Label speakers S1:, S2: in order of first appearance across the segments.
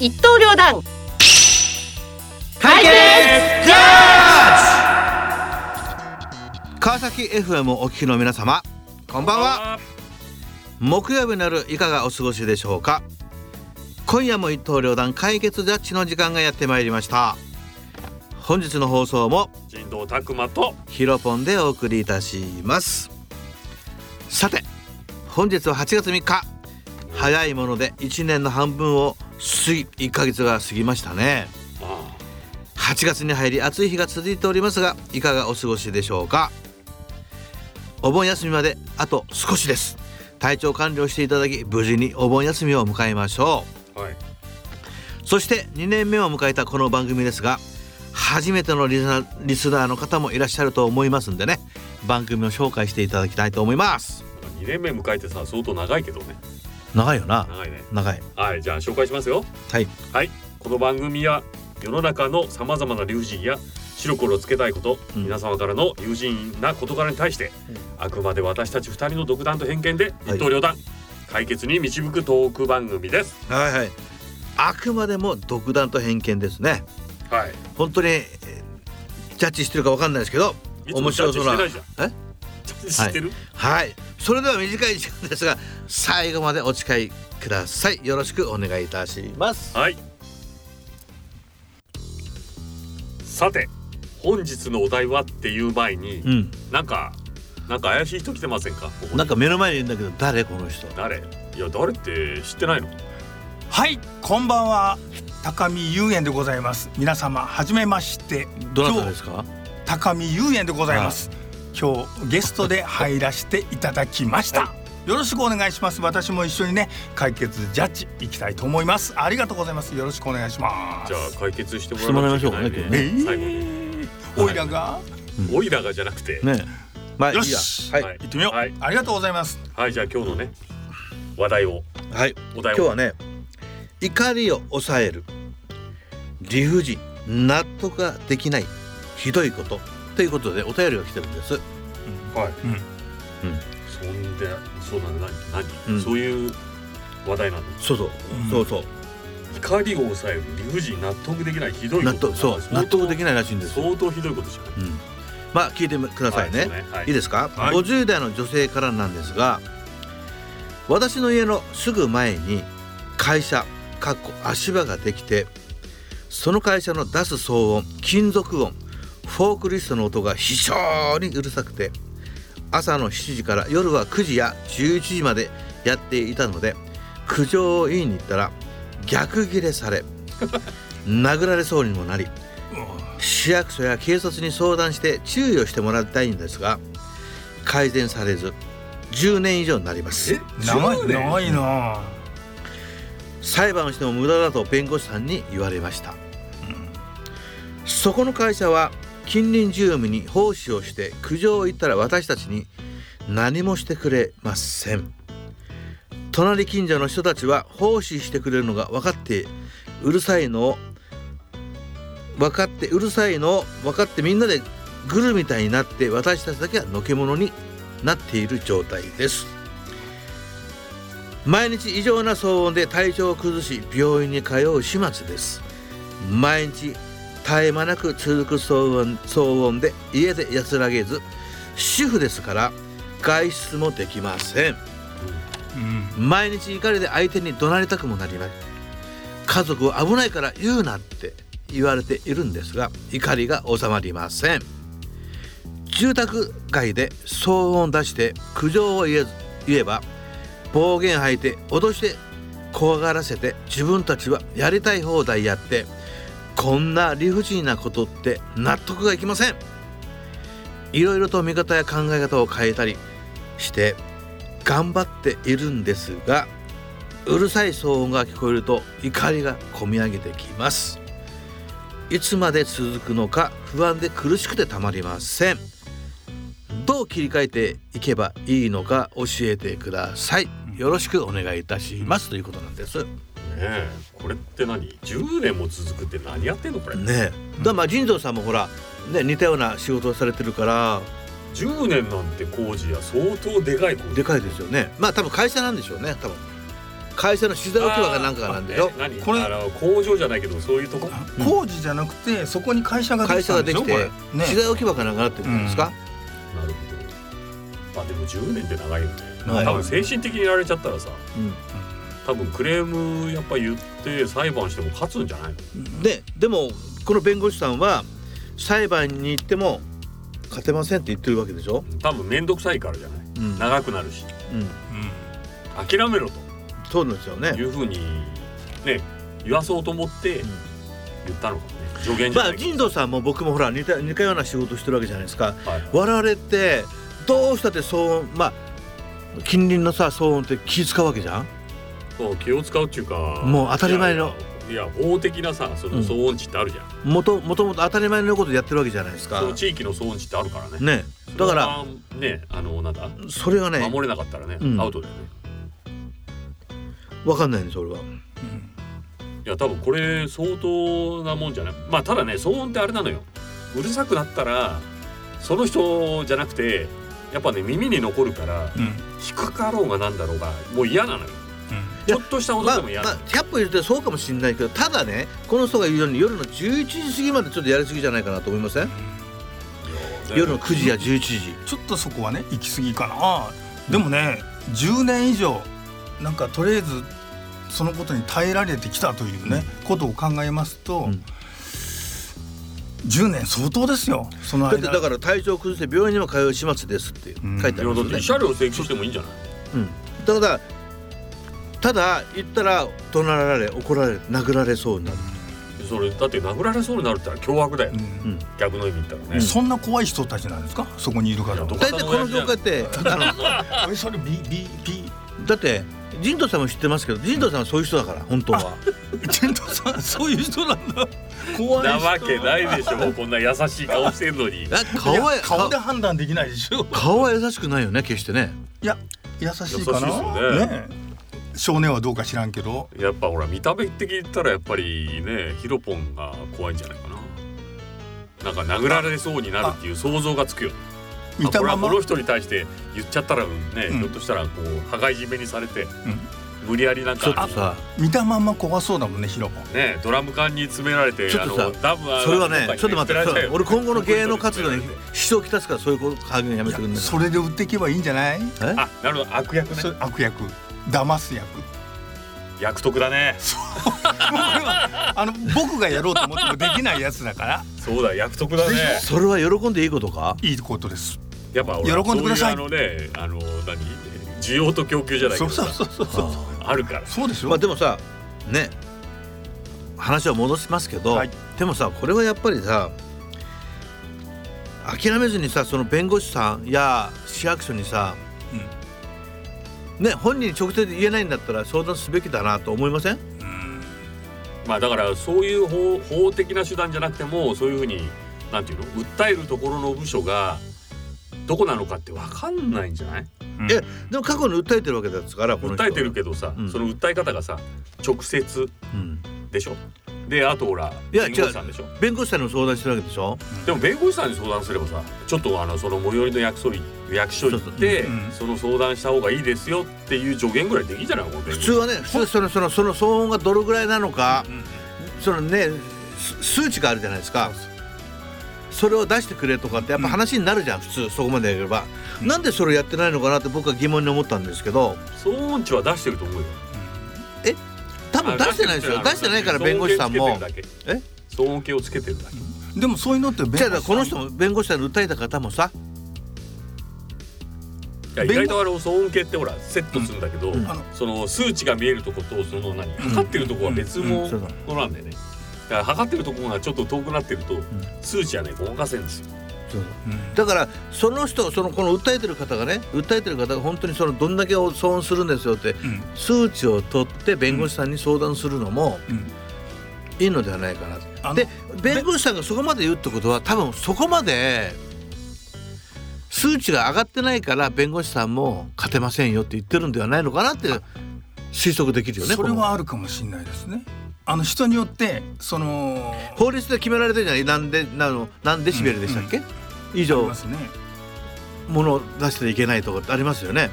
S1: 一刀両断
S2: 解決ジャージ
S3: 川崎 FM をお聞きの皆様こんばんは木曜日の夜いかがお過ごしでしょうか今夜も一刀両断解決ジャッジの時間がやってまいりました本日の放送も
S2: 人道拓磨と
S3: ヒロポンでお送りいたしますさて本日は8月3日早いもので1年の半分を過ぎ1ヶ月が過ぎましたね
S2: あ
S3: 8月に入り暑い日が続いておりますがいかがお過ごしでしょうかお盆休みまであと少しです体調管理をしていただき無事にお盆休みを迎えましょ
S2: あはい、
S3: うそして2年目を迎えたこの番組ですが初めてのリスナーリスナーの方もいらっしゃると思いますんでね番組を紹介していただきたいと思います
S2: 2年目迎えてさ相当長いけどね
S3: 長いよな
S2: 長いね
S3: 長い
S2: はいじゃあ紹介しますよ
S3: はい
S2: はいこの番組は世の中のさまざまな理不尽や白黒つけたいこと、
S3: うん
S2: 皆様からの理不尽な事柄に対して、
S3: うん
S2: あくまで私たち2人の独断と偏見で一
S3: はい
S2: 刀両断、解決に導くトーク番組です
S3: はいはいあくまでも独断と偏見ですね
S2: はい
S3: 本当にえージャッジしてるかわかんないですけど
S2: いつも
S3: 面白そうな
S2: ジャッジして
S3: え
S2: 知ってる、
S3: はいそれでは短い時間ですが最後までお付き合いくださいよろしくお願いいたします
S2: はい。さて、本日のお題はっていう前に、
S3: うん
S2: なんか、なんか怪しい人来てませんか。ここに
S3: なんか目の前にいるんだけど誰この人
S2: 誰、いや、誰って知ってないの。
S4: はいこんばんは高見雄園でございます皆様はじめまして
S3: どなた
S4: 今
S3: で
S4: 日
S3: すか
S4: 高見雄園でございます今日ゲストで入らせていただきました、よろしくお願いします私も一緒にね解決ジャッジいきたいと思いますありがとうございますよろしくお願いします
S2: じゃあ、解決してもらいましょう
S3: しても
S4: え
S3: ら
S2: ね。最後に、
S4: ー、おいらが、
S2: オイラがじゃなくて。
S3: ねえまあいい
S4: よ
S3: や
S4: し
S3: はい、
S2: は
S3: はいい
S4: 行ってみよう、
S2: はい
S4: ありがとうございます
S2: はい、じゃあ、今日のね。話題を、お
S3: 今
S2: 題
S3: 日
S2: を。
S3: はね怒りを抑える理不尽納得ができないひどいことということでお便りが来てるんです
S2: はい。
S4: うん
S2: そんで、そうなんだ、何、何、
S3: うん
S2: そういう。話題なの。
S3: そうそう、
S4: うん
S3: そうそう
S2: 怒りを抑える、理不尽、納得できない、ひどいこ
S3: 納
S2: と。
S3: 得そう
S2: 相
S3: 納
S2: 当
S3: 得できないらしいんですよ、
S2: 相当ひどいことじゃない。
S3: うん、まあ聞いてくださいね、
S2: はいそうはい
S3: いいですか、
S4: はい
S3: 50代の女性からなんですが私の家のすぐ前に会社かっこ足場ができてその会社の出す騒音金属音フォークリストの音が非常にうるさくて朝の7時から夜は9時や11時までやっていたので苦情を言いに行ったら逆ギレされ 殴られそうにもなり市役所や警察に相談して注意をしてもらいたいんですが改善されず10年以上になります
S4: 長い
S2: 10年
S4: 長いなあ、
S3: 裁判をしても無駄だと弁護士さんに言われました、そこの会社は近隣住民に奉仕をして苦情を言ったら私たちに何もしてくれません隣近所の人たちは奉仕してくれるのが分かってうるさいのを分かってうるさいのを分かってみんなでグルみたいになって私たちだけはのけ者になっている状態です毎日異常な騒音で体調を崩し病院に通う始末です毎日絶え間なく続く騒音騒音で家で安らげず主婦ですから外出もできません
S4: うん、
S3: 毎日怒りで相手に怒鳴りたくもなります家族を危ないから言うなって言われているんですが怒りが収まりません住宅街で騒音を出して苦情を言えず言えば暴言吐いて脅して怖がらせて自分たちはやりたい放題やってこんな理不尽なことって納得がいきませんいろいろと見方や考え方を変えたりして頑張っているんですがうるさい騒音が聞こえると怒りがこみ上げてきますいつまで続くのか不安で苦しくてたまりませんどう切り替えていけばいいのか教えてくださいよろしくお願いいたしますということなんですね
S2: ねえこれって何10年も続くって何やってんのこれ、
S3: えだからまあ神蔵さんもほらね似たような仕事をされてるから
S2: 10年なんて工事や相当でかい工事
S3: でかいですよねまあ多分会社なんでしょうね多分会社の資材置き場かなんかがなんでしょ
S2: え何
S4: これ
S2: あの工場じゃないけどそういうとこ
S4: あ工事じゃなくてそこに会社がで
S3: 会
S4: き
S3: 社が
S4: たんで
S3: で
S4: しょ
S3: き
S4: これ
S3: て
S4: ね
S3: 資材置き場かなんかになってるんですか、
S2: なるほど。あでも10年って長いよね。
S3: はい
S2: 多分精神的にやられちゃったらさ、多分クレームやっぱ言って裁判しても勝つんじゃないの？
S3: うんででもこの弁護士さんは裁判に行っても勝てませんって言ってるわけでしょ、
S2: 多分面倒くさいからじゃない。
S3: うんうん、
S2: 長くなるし、諦めろ
S3: そうなんですよね
S2: というふうにね言わそうと思って
S3: うん
S2: 言ったのかもね。助言じゃ
S3: ま
S2: な
S3: あ
S2: いけ
S3: 神
S2: ど。
S3: 道さんも僕もほら似た似たような仕事してるわけじゃないですか
S2: はい
S3: 我々ってどうしたって騒音まあ近隣のさ騒音って気使うわけじゃん
S2: そう気を使うっていうか。
S3: もう当たり前の
S2: いや。いや法的なさその
S3: うん
S2: 騒音地ってあるじゃん。
S3: もともともと当たり前のことやってるわけじゃないですか
S2: その地域の騒音地ってあるからね。
S3: ねだから
S2: それはねあのなんだ
S3: それがね
S2: 守れなかったらね
S3: うん
S2: アウトだよね。
S3: 分かんないんです俺は、
S2: いや多分これ相当なもんじゃないまあただね騒音ってあれなのようるさくなったらその人じゃなくてやっぱね耳に残るから
S4: うんうん
S2: 低かろうがなんだろうがもう嫌なのよ
S3: い
S2: ち
S3: や
S2: ょっとした音
S3: まあ、
S2: で
S3: まあ
S2: も嫌なの、
S3: 100歩言ってそうかもしれないけどただねこの人が言うように夜の11時過ぎまでちょっとやりすぎじゃないかなと思いません夜の9時や11時
S4: ちょっとそこはね行き過ぎかなでもね10年以上なんかとりあえずそのことに耐えられてきたというね、ことを考えますと、
S3: うん
S4: 10年相当ですよその
S3: だって
S4: 間
S3: だから体調を崩して病院にも通う始末ですって書いてあ
S2: い
S3: る
S2: や
S3: ん
S2: だっ
S3: ですよね
S2: て慰謝料請求してもいいんじゃない
S3: うん、ただただ言ったら怒鳴られ怒られ殴られそうになる、
S2: それだって殴られそうになるってのは脅迫だよ、
S4: うん
S3: うん
S2: 逆の意味言ったらね、
S4: そんな怖い人たちなんですかそこにいる方
S2: いやどこ
S4: は
S3: 大体この業界ってあ
S4: えそれ BBB
S3: のだって神道さんも知ってますけど神道さんはそういう人だから本当は
S4: ちゃんとさんそういう人なんだ怖い人
S2: なわけないでしょこんな優しい顔してんのに
S3: あ顔はい
S4: や顔で判断できないでしょ
S3: 顔は優しくないよね決してね
S4: いや優しいかな
S2: 優しいですよね
S4: え少年はどうか知らんけど
S2: やっぱほら見た目的に言ったらやっぱりねヒロポンが怖いんじゃないかななんか殴られそうになるっていう想像がつくよね
S4: 見たま
S2: まあ
S4: ま
S2: これはこの人に対して言っちゃったらね、
S4: うん
S2: ひょっとしたらこう羽交い締めにされて、無理やりなん
S3: ちょっと
S2: か
S3: さ
S4: 見たまま怖そうだもんねヒロポン
S2: ねドラム缶に詰められて
S3: ちょっとさ
S2: あのダム
S3: それはね
S2: とかに
S3: ちょっと待って
S2: 捨てられちゃうよ
S3: 俺今後の芸能活動に
S2: ここに
S3: 支障をきたすからそういう加減やめてくんない
S4: それで売っていけばいいんじゃない
S3: え
S2: あなるほど悪役
S4: そ
S2: ね
S4: れ悪役騙す役
S2: 役得だね
S4: あの僕がやろうと思ってもできないやつだから
S2: そうだ役得だね
S3: それは喜んでいいことか
S4: いいことです
S2: やっぱ俺
S4: 喜んでください
S2: そういうあのねあの何需要と供給じゃないけど
S4: そう
S2: さ
S4: そうそうそうそう
S2: あるから
S4: そうでしょ、
S3: まあでもさね話は戻しますけど、
S4: はい
S3: でもさこれはやっぱりさ諦めずにさその弁護士さんや市役所にさ、ね本人に直接言えないんだったら相談すべきだなと思いません
S2: まあだからそういう法法的な手段じゃなくてもそういうふうになんていうの訴えるところの部署がどこなのかって分かんないんじゃない
S4: うん
S3: えでも過去に訴えてるわけですからこの人
S2: 訴えてるけどさ、
S3: うん
S2: その訴え方がさ直接
S3: うん
S2: でしょであとほら
S3: いや
S2: 弁護士さんでしょ
S3: 弁護士さんにも相談してるわけでしょ
S2: でも弁護士さんに相談すればさちょっとあのその最寄りの役所に役所行って
S4: そうそううんうん
S2: その相談した方がいいですよっていう助言ぐらいできんじゃないのこの弁
S3: 普
S2: 護士
S3: 通はね普通そのそのその騒音がどのぐらいなのか、
S4: うん
S3: そのねす数値があるじゃないですかそれを出してくれとかってやっぱ話になるじゃん、普通そこまでやれば、なんでそれやってないのかなって僕は疑問に思ったんですけど
S2: 騒音値は出してると思うよ
S3: 多分出してないですよ
S2: あ
S3: 出してないから弁護士さんもえ
S2: 騒音計をつけてるだけ
S4: でもそういうのって弁
S3: じゃあ
S4: 護士さん
S3: だからこの人も弁護士さんに訴えた方もさ
S2: いや意
S4: 弁護
S2: 外とあの騒音計ってほらセットするんだけど、
S3: うん
S4: あの
S2: その数値が見えるとことその何測ってるとこは別
S3: う
S2: の
S3: んそうだ
S2: のなんだよね。だから測ってるとこがちょっと遠くなってると、数値はねごまかせるんですよ。
S4: うん
S3: だからその人そのこの訴えてる方がね訴えてる方が本当にそのどんだけを騒音するんですよって
S4: うん
S3: 数値を取って弁護士さんに相談するのも
S4: うん
S3: いいのではないかな
S4: あの
S3: で弁護士さんがそこまで言うってことは多分そこまで数値が上がってないから弁護士さんも勝てませんよって言ってるんではないのかなって推測できるよね
S4: それ
S3: この
S4: はあるかもしれないですねあの人によってその
S3: 法律で決められてるじゃないなんでなの何デシベルでしたっけ、以
S4: あり
S3: 上
S4: ますね
S3: ものを出してはいけないとかってありますよね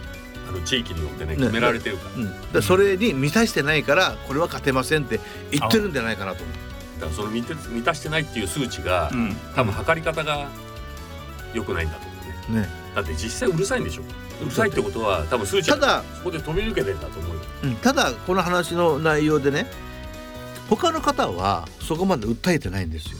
S2: あの地域によってね決められてるから,、
S3: うん、でそれに満たしてないからこれは勝てませんって言ってるんじゃないかなと思う
S2: だからその満て満たしてないっていう数値が、
S4: うん
S2: 多分測り方が良くないんだと思うね
S3: ね、
S2: だって実際うるさいんでしょうるさいってことは多分数値
S3: た
S2: が
S3: だ、
S2: そこで飛び抜けてんだと思うよ
S3: うんただこの話の内容でね他の方はそこまで訴えてないんですよ。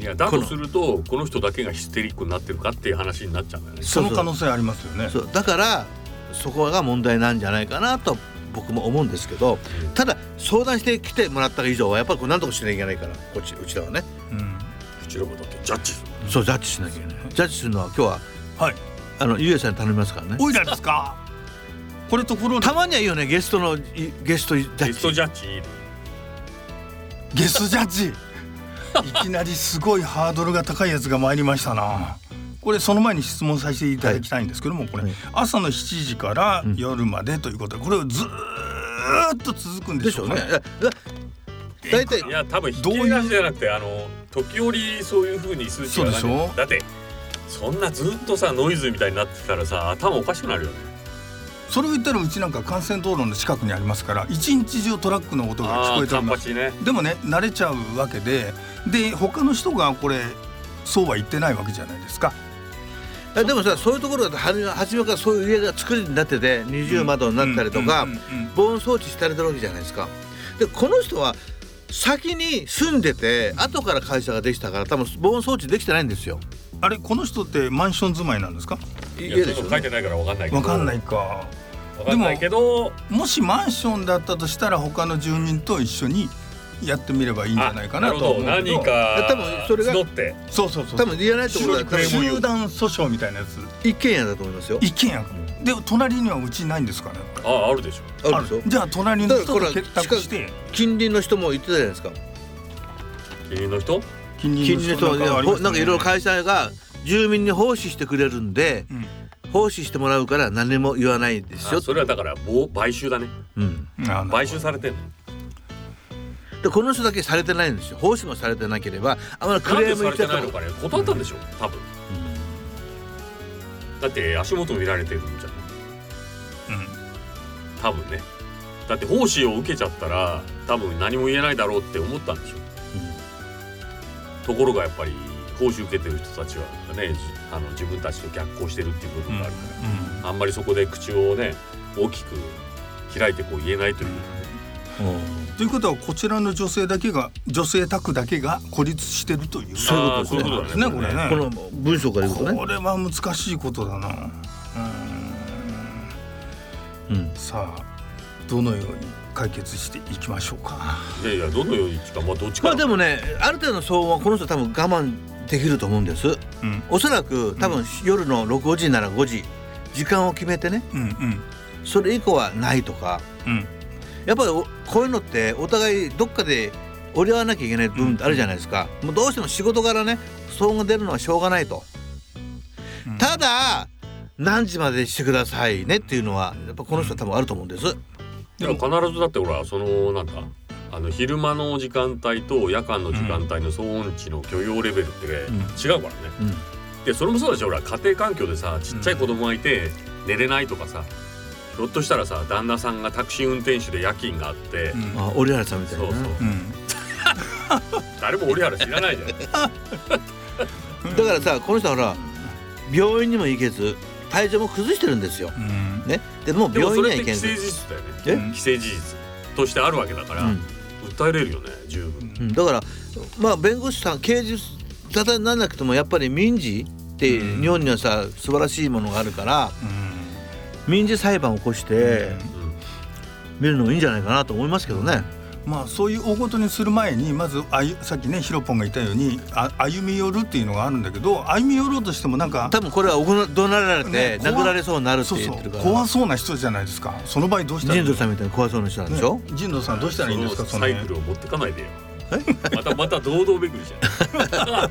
S2: いやだ
S3: ことの
S2: するとこの人だけがヒステリックになってるかっていう話になっちゃうんだよね
S3: そ
S4: そうの可能性ありますよね。
S3: そうだからそこが問題なんじゃないかなと僕も思うんですけどただ相談してきてもらった以上はやっぱりこれ何とかしなきゃいけないからこっちうちらはね
S4: うん
S2: うちらもだってジャッジする
S3: そうジャッジしなきゃいけないジャッジするのは今日は
S4: はい。
S3: あのゆうやさんに頼みますからね
S4: おいらですか。これとフローラ
S3: たまにはいいよねゲストのいゲストジャッ
S2: ゲ
S3: ジ
S2: ストジャッジいいね
S4: ゲスジャッジ。いきなりすごいハードルが高いやつが参りましたな。これその前に質問させていただきたいんですけども、これ
S3: はい
S4: 朝の7時から
S3: うん
S4: 夜までということで、これをずーっと続くんで
S3: で
S4: し
S3: しょ
S4: ょう
S3: う
S4: ね
S3: ね。だ大体
S2: いや多分引き出しじゃなくてあの時折そういうふうに数値が上がる
S4: そうでしょ
S2: だってそんなずっとさノイズみたいになってきたらさ頭おかしくなるよね
S4: それを言ったらうちなんか幹線道路の近くにありますから、一日中トラックの音が聞
S2: あ
S4: こ
S2: あ
S4: えて
S2: カ
S4: おり
S2: ン
S4: ま
S2: パ
S4: す。
S2: チね
S4: でもね慣れちゃうわけでで他の人がこれそうは言ってないわけじゃないですか。
S3: えでもさそういうところだとはじめ初めからそういう家が作りになってて二重窓になったりとか、
S4: うんうんうんうん
S3: 防音装置してあるわけじゃないですか。でこの人は先に住んでて後から会社ができたから多分防音装置できてないんですよ。
S4: あれこの人ってマンション住まいなんですか
S2: い
S3: 家
S2: や
S3: で
S2: ち
S3: し
S2: ょっ
S3: ょ、
S2: と書い
S3: ね
S2: て。ないからわかんないけど
S4: わかんないか
S2: わかんないけど
S4: もしマンションだったとしたら他の住民と一緒にやってみればいいんじゃないかな
S2: あ
S4: と
S2: る
S4: は
S2: ほ
S4: 思う
S2: ど
S4: けど
S2: 何か
S3: 多分それが
S2: 募って
S4: そうそうそう
S3: 多分言えないってことは
S4: 集
S3: 多分
S2: 白い
S4: 集団訴訟みたいなやつ
S3: 一軒家だと思いますよ。
S4: 一軒家で隣にはうちないんですかね
S2: あああるでしょ
S3: あるでしょ。
S4: じゃあ隣の人
S3: だ
S4: と
S3: からこれ
S4: 結託して
S3: 近隣の人も言ってたじゃないですか。
S2: 君の人
S4: 近
S3: 近隣の人
S4: が
S3: は
S4: ありま
S3: ほ
S4: す
S3: なんかいろいろ会社が住民に奉仕してくれるんで
S4: うん
S3: 奉仕してもらうから何も言わないですよ
S2: あ。それはだからぼ買収だね
S3: うん。
S4: あ
S2: 買収されてんの
S3: でこの人だけされてないんですよ。奉仕もされてなければあまりク
S2: なん
S3: レ
S2: で
S3: ーム
S2: さ
S3: 言って
S2: れて
S3: た
S2: ない
S3: と
S2: のかね断ったんでしょ多分だって足元見られてるんじゃん
S4: うん
S2: 多分ねだって奉仕を受けちゃったら多分何も言えないだろうって思ったんでしょところがやっぱり報酬受けてる人たちはねじあの自分たちと逆行してるっていう部分があるから、あんまりそこで口をね大きく開いてこう言えないという、
S3: うんうん
S4: ということはこちらの女性だけが女性宅だけが孤立してるという
S3: そういうことですね
S2: あーそういうことだ
S4: ね
S2: ね
S4: これね
S3: この文章から言うと
S4: こ
S3: ね、
S4: れは難しいことだなうーん
S3: うん、
S4: さあどのように解決していきましょうか
S2: いやいやどのようにかまあどっち
S3: まあ
S2: かだ
S3: でもねある程度の騒音はこの人多分我慢できると思うんです
S4: うん
S3: おそらく多分夜の6時なら5時時間を決めてね
S4: うんうん
S3: それ以降はないとか
S4: うん
S3: やっぱりおこういうのってお互いどっかで折り合わなきゃいけない部分ってあるじゃないですか、もうどうしても仕事からね騒音が出るのはしょうがないと、
S4: うん
S3: ただ何時までしてくださいねっていうのはやっぱこの人は多分あると思うんです、
S2: でも必ずだってほらそのなんだあの昼間の時間帯と夜間の時間帯の騒音値の許容レベルってね、
S3: うん
S2: 違うからねでそれもそうだしほら家庭環境でさちっちゃい子供がいて寝れないとかさひょっとしたらさ旦那さんがタクシー運転手で夜勤があって、
S4: うん
S3: あ折原さんみたいな
S2: そうそう
S4: うん
S2: 誰も折原知らない じゃん
S3: だからさこの人はほら病院にも行けず体調も崩してるんですよ、
S4: うん
S3: ね、でもう
S2: でも
S3: 病
S2: そ
S3: 院には
S2: れ
S3: 行
S2: って
S3: け
S2: 既
S3: ず
S2: 成事実だよね
S3: え
S2: 既成事実としてあるわけだから、
S3: うん
S2: 訴えれるよね十分、
S3: うん、だからまあ弁護士さん刑事沙汰にならなくてもやっぱり民事って
S4: うん
S3: 日本にはさ素晴らしいものがあるから
S4: うん
S3: 民事裁判を起こして
S2: うん
S3: 見るのもいいんじゃないかなと思いますけどね。
S4: まあそういう大ごとにする前にまずあゆさっきねヒロポンが言ったようにあ歩み寄るっていうのがあるんだけど歩み寄ろうとしてもなんか
S3: 多分これはおごな怒鳴られ
S4: ね
S3: て
S4: 怖
S3: 殴られそうになるって
S4: そう
S3: 言
S4: そ
S3: って
S4: う
S3: るから。
S4: 怖そうな人じゃないですかその場合どうしたらいい
S3: 神道さんみたいな怖そうな人なんでしょ、
S4: ね神野さんどうしたらいいんですか
S2: そ
S4: そ
S2: の
S4: の
S2: サイク
S4: 辺
S2: ルを持ってかないでよ またまた堂々めくりじゃん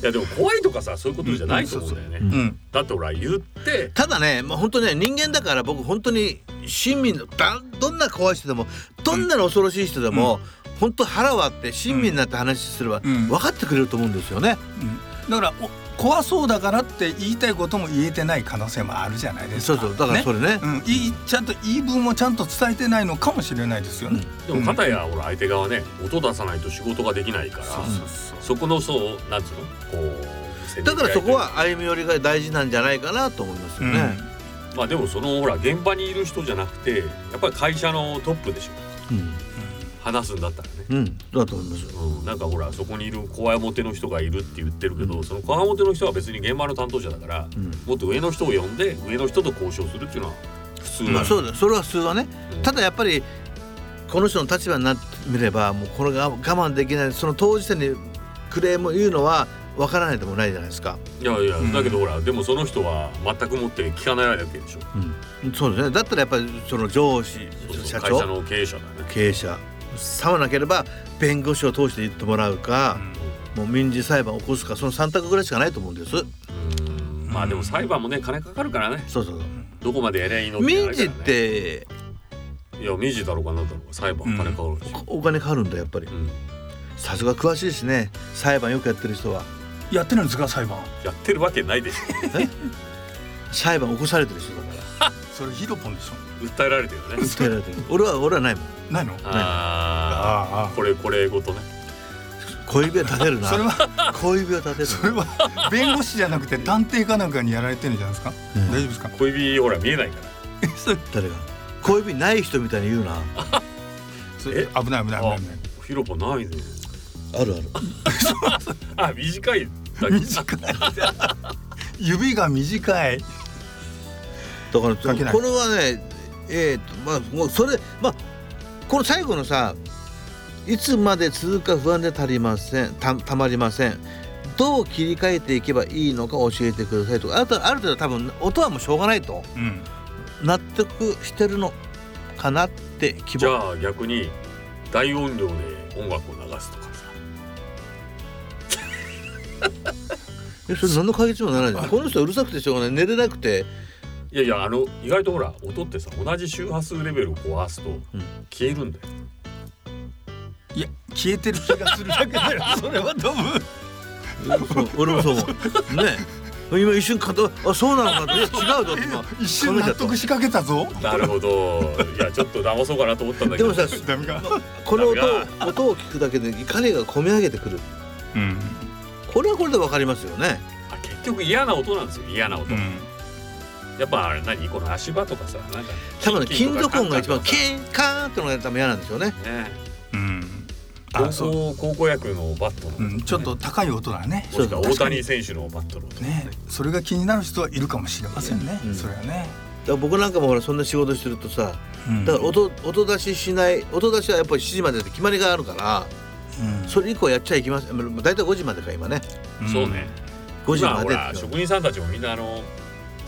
S2: いやでも怖いとかさそういうことじゃないと思うんだよね、
S3: ん
S4: うん
S2: だってほら言って
S3: ただね、まあ、本当ね人間だから僕本当に親身のだどんな怖い人でもどんなの恐ろしい人でも、本当腹割って親身になって話すれば
S4: うん
S3: 分かってくれると思うんですよね。
S4: うんだからお怖そうだからって言いたいことも言えてない可能性もあるじゃないです
S3: そう
S4: か。
S3: そうだからそれね
S4: うん、いいちゃんと言い分もちゃんと伝えてないのかもしれないですよね。
S2: でも片やほら相手側ね音出さないと仕事ができないから
S4: そうそうそう。
S2: そこのそうなんつうのこう
S3: だからそこは歩み寄りが大事なんじゃないかなと思いますよね、
S2: まあでもそのほら現場にいる人じゃなくてやっぱり会社のトップでしょ
S3: うん
S2: 話すんだったらね、
S3: うん、だと思いますよ
S2: うん、なんかほらそこにいるこわもての人がいるって言ってるけど、
S3: うん
S2: そのこわもての人は別に現場の担当者だから
S3: うん
S2: もっと上の人を呼んで上の人と交渉するっていうのは普通なの、
S3: まあ、そうだそれは普通はね
S2: うん
S3: ただやっぱりこの人の立場になってみればもうこれが我慢できないその当事者にクレームを言うのはわからないでもないじゃないですか、
S2: いやいや
S4: うん
S2: だけどほらでもその人は全くもって聞かないわけでしょ
S3: そうですねだったらやっぱりその上司
S2: そうそう
S3: 社
S2: 会社
S3: 長
S2: の経営者だね
S3: 経営者さもなければ弁護士を通して言ってもらうか、もう民事裁判を起こすかその3択ぐらいしかないと思うんですそう
S2: うんまあでも裁判もね金かかるからね
S3: そうそう
S2: どこまでやりゃいいの
S3: 民
S2: なるか
S3: 事
S2: ら
S3: っ
S2: ね
S3: て
S2: いや民事だろうかなんだろうか裁判は金かかるでしょ、
S3: おお金かかるんだやっぱり
S2: うん
S3: さすが詳しいですね裁判よくやってる人は
S4: やってるんですか裁判。
S2: やってるわけないでし ょ
S3: 裁判起こされてる人だから
S4: それヒロポンでしょ。
S2: 訴えられてるよね
S3: 訴えられ てる俺は俺はないもん
S4: ないの？
S2: ああ
S4: あ
S2: これこれごとね
S3: 小指を立てる
S4: あ。
S3: な
S4: それは
S3: 小指を立てる
S4: それは弁護士じゃなくて探偵かなんかにやられてるんじゃないですか。
S3: うん
S4: 大丈夫ですか。
S2: 小指ほら見えないから
S4: それ
S3: 誰が小指ない人みたいに言うなあ
S4: そ
S2: え
S4: れ危ない危ない危ない危ない。
S2: ヒロポないね
S3: るある
S2: あ短いだけ
S4: 短い指が短い
S3: だから
S4: 関係ない
S3: これはねえー、とまあもうそれまあこの最後のさいつまで続くか不安で足りませんたたまりませんどう切り替えていけばいいのか教えてくださいとかあとある程度多分音はもうしょうがないと
S4: うん
S3: 納得してるのかなって希
S2: じ
S3: 望
S2: ゃあ逆に大音量で音楽を流すとかさ
S3: えそれ何の解決にもならないじゃんこの人はうるさくてしょうがない寝れなくて
S2: いやいやあの意外とほら音ってさ同じ周波数レベルを壊すと消えるんだよ、
S4: いや消えてる気がするだけだよ それは多分
S3: そう俺もそう思うね今一瞬かとあそうなのかっていや違うぞって今
S4: 一
S3: 考
S4: 瞬
S3: えちゃ
S4: 納
S3: った
S4: 得しかけたぞ
S2: なるほどいやちょっと騙そうかなと思ったんだけ
S3: で
S2: ど
S3: もさ
S4: ダメか
S3: この音を
S2: ダメ
S3: 音を聞くだけで怒りが込み上げてくる
S4: うん
S3: これはこれでわかりますよね
S2: あ結局嫌な音なんですよ嫌な音、
S4: うん
S2: やっぱあれ何この足場とかさなんか
S3: 多分ね金属音が一番
S2: き
S3: キーンカーンってのが多分嫌なんですよね
S2: ね
S4: うんあ
S2: 高
S4: そう
S2: 校高校野球のバットの、
S4: うんちょっと高い音だね
S2: もしくは大谷選手のバットの音
S4: ねそれが気になる人はいるかもしれませんね
S3: うん
S4: それはね
S3: だから僕なんかもほらそんな仕事してるとさ
S4: うん
S3: だから音音出ししない音出しはやっぱり7時までって決まりがあるから
S4: うん
S3: それ以降やっちゃいけませんまあ大体5時までか今ね
S4: うん
S2: そうね
S3: 5時
S2: 今
S3: ま
S2: ほ
S3: で
S2: ら職人さんたちもみんなあの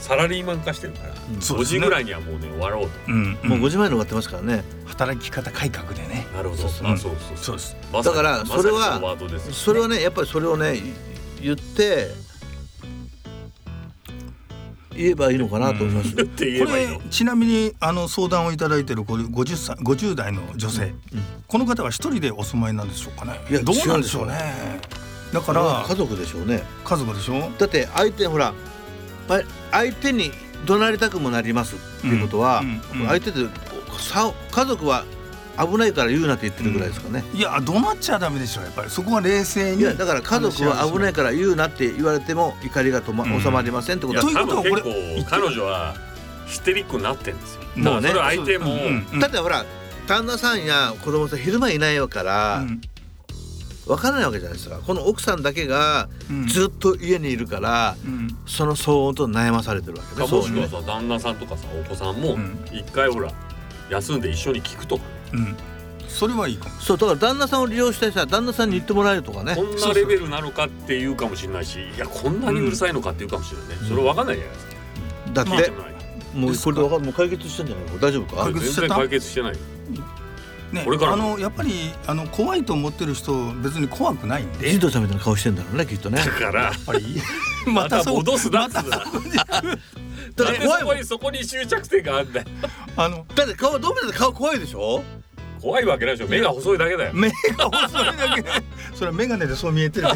S2: サラリーマン化してるから、
S4: そう
S2: 5
S4: です
S2: 時
S4: ね
S2: ぐらいにはもうね終わろう
S4: うん
S3: もう5
S4: ん
S3: 時前に終わってますからね
S4: 働き方改革でね
S2: となるほど
S3: そう
S4: そう
S2: あそうそう
S4: そうです
S2: まさに
S3: だからそれは
S2: まさにのワードで すよ
S3: それはねやっぱりそれをねい言って言えばいいのかなと思います。
S2: 言って言え
S4: こ
S2: ばいい
S4: れ
S2: の
S4: ちなみにあの相談をいただいているこれ50歳50代の女性、
S3: うん
S4: この方は一人でお住まいなんでしょうかね
S3: いや
S4: どうなんでしょうねだ
S3: こ
S4: か
S3: れは
S4: ら
S3: 家族でしょうね。
S4: 家族でしょ
S3: だって相手ほらま相手に怒鳴りたくもなりますっていうことは、
S4: うんうん
S3: 相手でさ家族は危ないから言うなって言ってるぐらいですかね。
S4: いや怒鳴っちゃダメでしょやっぱりそこは冷静に
S3: いやだから家族は危ないから言うなって言われても怒りが止ま、
S4: うん
S3: 収まりませんってこ
S2: い
S3: と
S2: や
S3: は
S4: と
S2: 多
S4: いうこと
S2: 分
S4: はこれ
S2: 結構彼女はヒステリックになってんですよ
S3: もうね
S2: だからそれ相手も
S3: だってほら旦那さんや子供さん昼間いないから分からないわけじゃないですかこの奥さんだけがずっと家にいるからその騒音と悩まされてるわけ
S2: か
S3: ね
S2: もしく
S3: ね
S2: はさ旦那さんとかさお子さんも
S4: うん
S2: 一回ほら休んで一緒に聞くとかね
S4: それはいいかも
S3: そうだから旦那さんを利用してさ旦那さんに言ってもらえるとかね
S2: こんなレベルなのかっていうかもしれないしいやこんなにうるさいのかっていうかもしれないね
S3: うん
S2: それ分かんないじゃないですか
S3: だっ
S2: 聞いて
S3: て
S2: もない
S3: もうこれでわかもう解決したんじゃないの大丈夫か
S4: 解決
S2: 全
S4: して
S2: 然
S4: た
S2: 解決してない
S4: ね
S2: これから
S4: あのやっぱりあの怖いと思ってる人別に怖くないんで
S3: ジ
S4: やっ
S3: ドさんみたいな顔してんだろうねきっと ね
S2: だから
S4: ぱり
S2: また
S4: そう
S2: 戻すなっつうの
S3: だっ
S2: なん
S3: て
S2: でそ
S3: 怖いも
S2: こ
S3: ん
S2: にそこに執着点があんだよ
S4: あの
S3: だって顔どう見たって顔怖いでしょ
S2: 怖いわけないでしょ目が細いだけだよ
S4: 目が細いだけそれは眼鏡でそう見えてる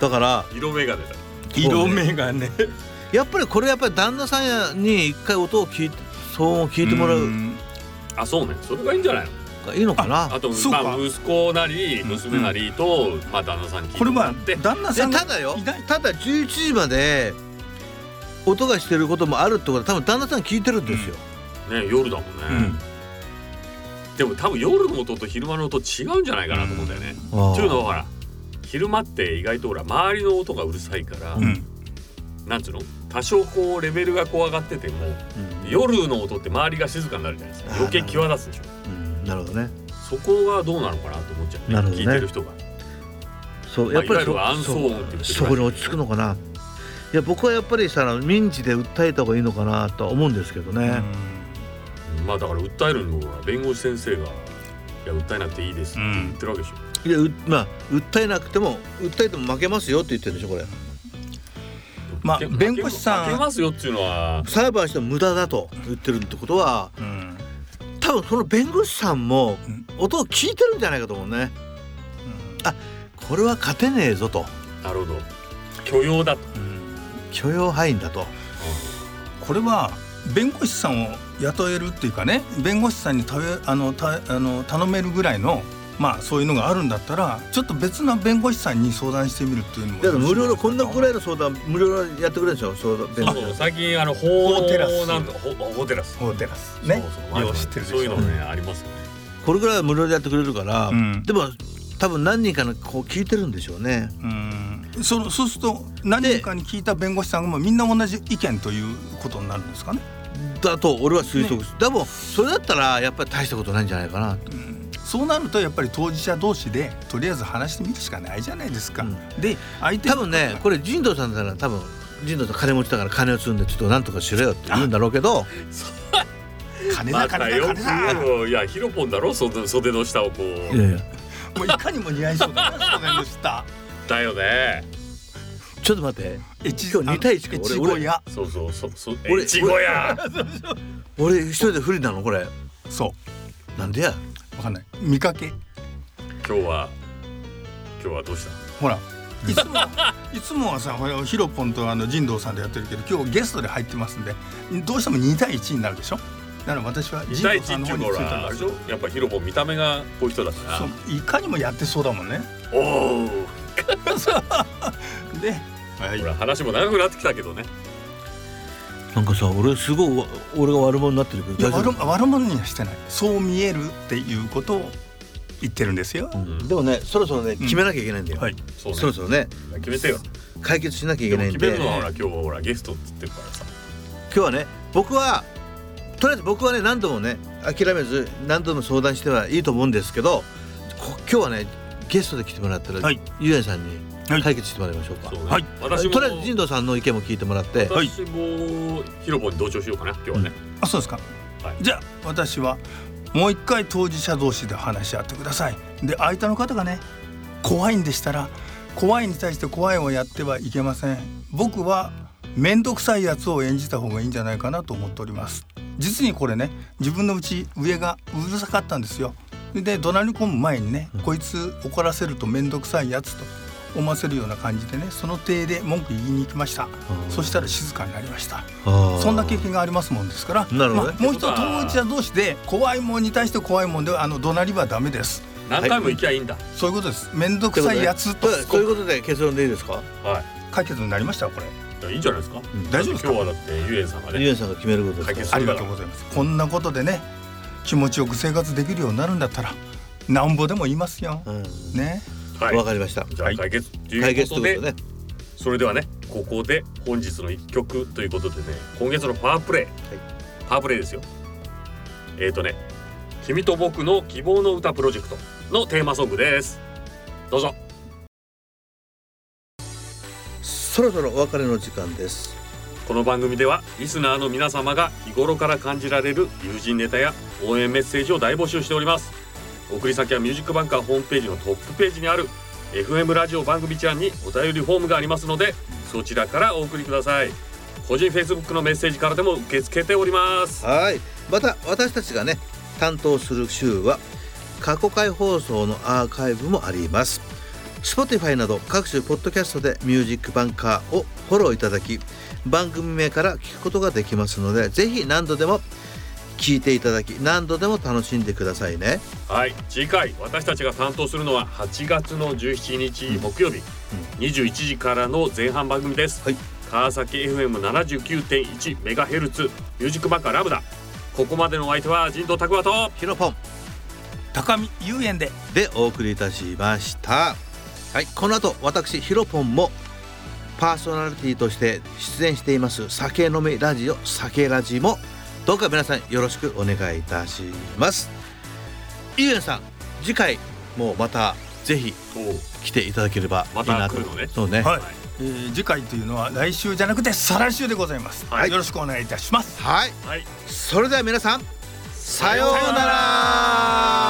S3: だから
S2: 色眼鏡だ
S4: 色眼鏡ね
S3: やっぱりこれやっぱり旦那さんに一回音を聞いて騒音を聞いてもらう
S2: あそうねそれがいいんじゃないの
S3: がいいのかな
S2: あと
S4: そう
S2: ま
S4: か
S2: あ息子なり娘なりと、まあ旦那さんに聞い
S4: こ
S2: て
S4: れ
S2: もら
S4: は
S2: って
S4: 旦那
S3: で
S4: さんが
S3: ただよ
S4: いない
S3: ただ11時まで音がしてることもあるってことは多分旦那さん聞いてるんですよ、
S2: ね夜だもんね、でも多分夜の音と昼間の音違うんじゃないかなと思うんだよね。
S3: ああ
S2: というのはほら昼間って意外とほら周りの音がうるさいから、
S4: うんうん
S2: なんつうの多少こうレベルがこう上がってても
S3: うん
S2: 夜の音って周りが静かになるじゃないですか余計際立つでしょ
S3: うんなるほどね
S2: そこがどうなのかなと思っちゃう、
S3: なるほど
S2: 聞
S3: ね
S2: いてる人が
S3: そう
S2: ま
S3: や
S2: あ
S3: っぱり
S2: いわゆる暗
S3: そ
S2: 騒音っていう
S3: う
S2: こと
S3: そこに落ち着くのかないや僕はやっぱりさ民事で訴えた方がいいのかなとは思うんですけどね、
S2: まあだから訴えるのは弁護士先生が「いや訴えなくていいです」って言ってるわけでしょ、
S3: いやうまあ訴えなくても訴えても負けますよって言ってるんでしょこれ
S4: まあ
S2: 負け
S4: 弁護士さん
S2: 負けますよっていうのは
S3: 裁判しても無駄だと言ってるってことは
S4: うん
S3: 多分その弁護士さんも
S4: うん
S3: 音を聞いてるんじゃないかと思うねこれは勝てねえぞと
S2: なるほど許容だと、
S4: うん
S3: 許容範囲だと
S4: これは弁護士さんを雇えるっていうかね弁護士さんに頼あのたあの頼めるぐらいのまあそういうのがあるんだったらちょっと別な弁護士さんに相談してみるっていうのも
S3: だから無料のこんなぐら
S4: い
S3: いの相談無料のやってくれるんですよ相談弁
S2: そ
S3: 護
S2: うそう
S3: 士
S2: 最近あの法
S4: 法テラス
S2: なんとか法法テラス
S4: ホテラスね
S2: そうそう
S4: よう知ってるでしょ
S2: そういうのね、ありますよね
S3: これぐらいは無料でやってくれるから、
S4: うん
S3: でも多分何人かのこう聞いてるんでしょうね
S4: うんそのそうすると何人かに聞いた弁護士さんがもうみんな同じ意見ということになるんですかね、
S3: だと俺は推測する、でもそれだったらやっぱり大したことないんじゃないかなと
S4: うんそうなるとやっぱり当事者同士でとりあえず話してみるしかないじゃないですか、
S3: うん
S4: で相手
S3: 多分ねこれ神道さんなら多分神道さん金持ちだから金を積んでちょっとなんとかしろよって言うんだろうけど
S4: 金
S2: ま
S4: だ
S2: た
S4: 金
S2: よ
S4: だ金
S2: く
S4: だ
S2: あのいやヒロポンだろ袖袖の下をこ
S3: いや
S2: う
S3: いや
S4: もういかにも似合いそうだな袖の下
S2: だよね
S3: ちょっと待って
S4: 越後
S3: 今日2対1か
S4: 越
S3: 俺
S4: 後屋
S2: そうそうそうそう
S3: 俺
S2: 越後や
S3: 俺一人で不利なのこれ
S4: そ
S3: なんでや
S4: うわかんない見かけ
S2: 今日は今日はどうした
S4: ほらいつもいつもはさほらヒロポンとあの神道さんでやってるけど今日ゲストで入ってますんでどうしても2対1になるでしょだから私は
S2: 一
S4: 神
S2: 対
S4: 道
S2: 一
S4: さ
S2: っ
S4: んの
S2: ていうの
S4: 方につ
S2: は
S4: いた
S2: あれで
S4: んで
S2: すしょ
S4: よ
S2: やっぱヒロポン見た目がこういう人だから
S4: そういかにもやってそうだもんね
S2: おお
S4: で、はい
S2: ほら話も長くなってきたけどね
S3: なんかさ俺すごいわ俺が悪者になってるけ
S4: いや
S3: ど
S4: 悪
S3: 夫
S4: 悪者にはしてないそう見えるっていうことを言ってるんですよ、
S3: うんでもねそろそろね決めなきゃいけないんだよ、
S4: はい
S2: そうね
S3: そろそろね
S2: 決めてよ
S3: 解決しなきゃいけ
S2: でも
S3: ないん
S2: 決
S3: で
S2: めるのはほら今日はほらゲストっつってるからさ
S3: 今日はね僕はとりあえず僕はね何度もね諦めず何度も相談してはいいと思うんですけどこ今日はねゲストで来てもらったら、
S4: はい
S3: ゆうえんさんに
S4: はい
S3: 解決してもらいましょうか、
S2: そうね
S4: はい
S2: 私も
S3: とりあえず神道さんの意見も聞いてもらって
S4: はい
S2: 私もヒロポンに同調しようかな今日はね
S4: あそうですか、
S2: はい
S4: じゃあ私はもう一回当事者同士で話し合ってくださいで相手の方がね怖いんでしたら怖いに対して怖いをやってはいけません僕は面倒くさいやつを演じた方がいいんじゃないかなと思っております実にこれね自分のうち上がうるさかったんですよで怒鳴り込む前にね、こいつ怒らせると面倒くさいやつと思わせるような感じでねその体で文句言いに行きました
S3: ー
S4: そしたら静かになりましたそ
S3: そ
S4: んな経験がありますもんですから、
S3: なるほどね
S4: まあもう一度当事者同士で怖いもんに対して怖いもんではあの怒鳴りはダメです。
S2: 何回も行きゃいいんだ
S4: そういうことです。面倒くさいやつと
S3: ということで結論でいいですか
S2: はい
S4: 解決になりましたよこれ。
S2: いやいいんじゃないですか
S3: ん
S4: 大丈夫ですか
S2: 今日はだってゆえんさんが
S3: ゆう
S2: ね
S3: えんさんが決めることですか
S2: 解決
S4: ありがとうございます。こんなことでね、気持ちよく生活できるようになるんだったら、なんぼでも言いますよ。
S3: うん
S4: ね。
S2: は
S3: わ
S2: い
S3: かりました
S2: じゃあ解決と
S3: 解
S2: いう
S3: 決
S2: ことと
S3: い
S2: で
S3: うことでね
S2: それではねここで本日の1曲ということでね今月のパワープレイ、パワープレイですよえー、とね「君と僕の希望の歌プロジェクト」のテーマソングですどうぞ
S3: そろそろお別れの時間です
S2: この番組ではリスナーの皆様が日頃から感じられる友人ネタや応援メッセージを大募集しております送り先はミュージックバンカーホームページのトップページにある FM ラジオ番組ちゃんにお便りフォームがありますのでそちらからお送りください個人 Facebook のメッセージからでも受け付けております
S3: はいまた私たちがね担当する週は過去回放送のアーカイブもあります Spotify など各種ポッドキャストで「ミュージックバンカー」をフォローいただき番組名から聞くことができますのでぜひ何度でも聞いていただき何度でも楽しんでくださいね
S2: はい次回私たちが担当するのは8月の17日木曜日、21時からの前半番組です、
S3: はい
S2: 川崎 FM79.1 メガヘルツミュージックバッカーラブダここまでのお相手は人道拓馬と
S3: ヒロポン
S4: 高見遊園で
S3: でお送りいたしましたはいこの後私ヒロポンもパーソナリティとして出演しています酒飲みラジオ酒ラジもどうか皆さんよろしくお願いいたしますゆうやさん次回もまたぜひ来ていただければいいなと
S2: また来るのね
S3: そうね
S4: はい、えー次回というのは来週じゃなくて再来週でございます、
S2: はい
S4: よろしくお願いいたします
S3: はい
S2: はい
S3: それでは皆さんさようなら